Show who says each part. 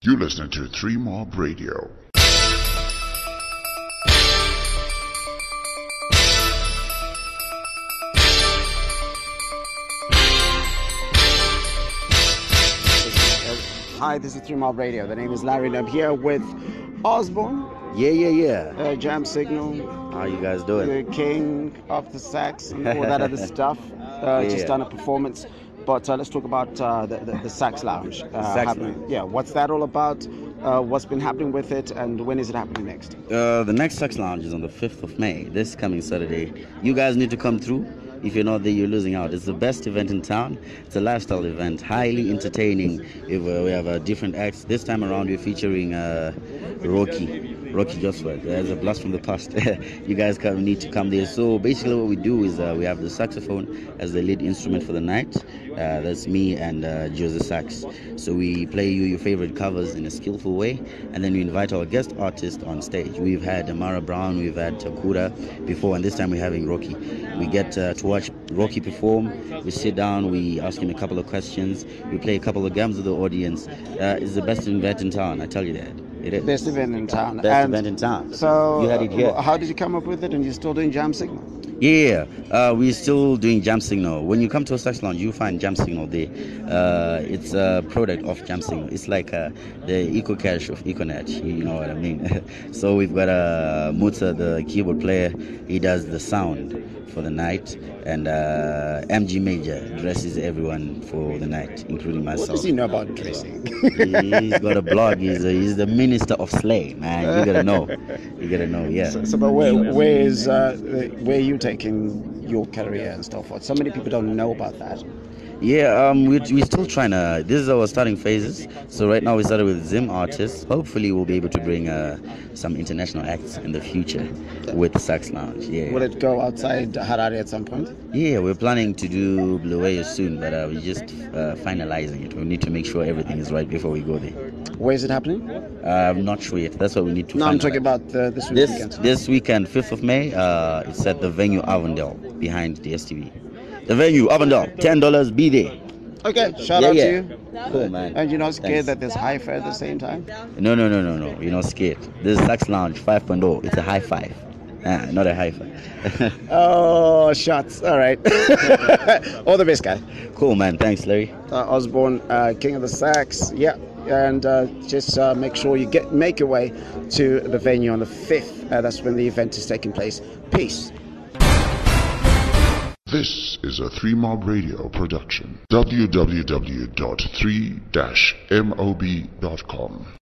Speaker 1: You're listening to Three Mob Radio.
Speaker 2: Hi, this is Three Mile Radio. The name is Larry, and I'm here with Osborne,
Speaker 3: Yeah, yeah, yeah.
Speaker 2: uh, Jam Signal,
Speaker 3: How you guys doing?
Speaker 2: the King of the Sax, and all that other stuff. Uh, Just
Speaker 3: Yeah.
Speaker 2: done a performance. But uh, let's talk about uh, the, the, the Sax Lounge. Uh,
Speaker 3: Sax
Speaker 2: happening.
Speaker 3: Lounge.
Speaker 2: Yeah, what's that all about? Uh, what's been happening with it, and when is it happening next?
Speaker 3: Uh, the next Sex Lounge is on the 5th of May, this coming Saturday. You guys need to come through. If you're not there, you're losing out. It's the best event in town. It's a lifestyle event, highly entertaining. If, uh, we have uh, different acts. This time around, we're featuring uh, Rocky. Rocky Joshua, there's a blast from the past. you guys come, need to come there. So basically, what we do is uh, we have the saxophone as the lead instrument for the night. Uh, that's me and uh, Joseph Sax. So we play you your favorite covers in a skillful way, and then we invite our guest artist on stage. We've had Amara Brown, we've had Takura before, and this time we're having Rocky. We get uh, to watch Rocky perform. We sit down, we ask him a couple of questions, we play a couple of games with the audience. Uh, it's the best event in town. I tell you that. It is.
Speaker 2: Best event in town.
Speaker 3: Best
Speaker 2: And
Speaker 3: event in town.
Speaker 2: So,
Speaker 3: you had it here.
Speaker 2: uh, how did you come up with it, and you're still doing Jam Signal?
Speaker 3: Yeah, uh, we're still doing Jam Signal. When you come to a sex lounge, you find Jam Signal there. Uh, it's a product of Jam Signal. It's like uh, the Eco Cash of Econet. You know what I mean? so we've got uh, Muta, the keyboard player. He does the sound for the night, and uh, MG Major dresses everyone for the night, including myself.
Speaker 2: What does he know about dressing?
Speaker 3: he's got a blog. He's, a, he's the minister of slay, man. You gotta know. You gotta know. Yeah.
Speaker 2: So, so but where, where is uh, where are you taking your career and so forth? So many people don't know about that.
Speaker 3: Yeah, um, we we still trying to. This is our starting phases. So right now we started with Zim artists. Hopefully we'll be able to bring uh, some international acts in the future with Sax Lounge. Yeah.
Speaker 2: Will it go outside Harare at some point?
Speaker 3: Yeah, we're planning to do Bluewayo soon, but uh, we're just uh, finalizing it. We need to make sure everything is right before we go there.
Speaker 2: Where is it happening?
Speaker 3: Uh, I'm not sure yet. That's what we need to.
Speaker 2: No, I'm
Speaker 3: finalize.
Speaker 2: talking about the, this
Speaker 3: this
Speaker 2: weekend.
Speaker 3: this weekend, 5th of May. Uh, it's at the venue Avondale behind the STV. The venue Avondale, ten dollars. Be there.
Speaker 2: Okay, shout
Speaker 3: Yeah,
Speaker 2: out
Speaker 3: yeah.
Speaker 2: to you.
Speaker 3: Cool, man.
Speaker 2: And you're not scared
Speaker 3: Thanks.
Speaker 2: that there's high fare at the same time?
Speaker 3: No, no, no, no, no. You're not scared. This is Sax Lounge 5.0. It's a high five. Ah, not a high five.
Speaker 2: Oh, shots. All right. All the best, guy.
Speaker 3: cool, man. Thanks, Larry.
Speaker 2: uh, Osborne, uh, King of the Sax. Yeah, and uh, just uh, make sure you get make your way to the venue on the fifth. Uh, that's when the event is taking place. Peace.
Speaker 1: This is a Three Mob Radio production. www.3-mob.com.